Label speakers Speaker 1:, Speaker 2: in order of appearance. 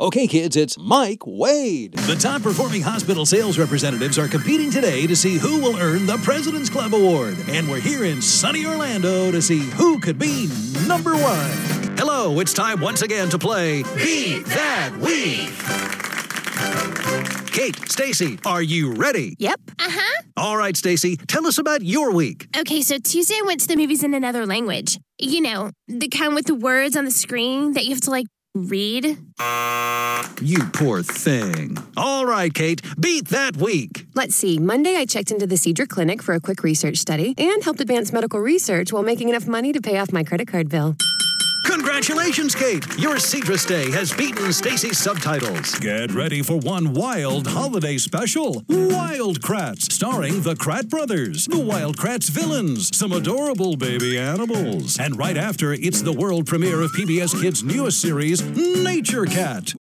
Speaker 1: Okay, kids, it's Mike Wade.
Speaker 2: The top performing hospital sales representatives are competing today to see who will earn the President's Club Award. And we're here in sunny Orlando to see who could be number one. Hello, it's time once again to play Be That Week. Kate, Stacy, are you ready?
Speaker 3: Yep. Uh huh.
Speaker 2: All right, Stacy, tell us about your week.
Speaker 3: Okay, so Tuesday I went to the movies in another language. You know, the kind with the words on the screen that you have to like read.
Speaker 2: You poor thing. All right, Kate, beat that week.
Speaker 4: Let's see. Monday, I checked into the Cedar Clinic for a quick research study and helped advance medical research while making enough money to pay off my credit card bill.
Speaker 2: Congratulations, Kate. Your Cedrus Day has beaten Stacy's subtitles.
Speaker 5: Get ready for one wild holiday special Wild Kratts, starring the Krat Brothers, the Wild Kratts villains, some adorable baby animals. And right after, it's the world premiere of PBS Kids' newest series, Nature Cat.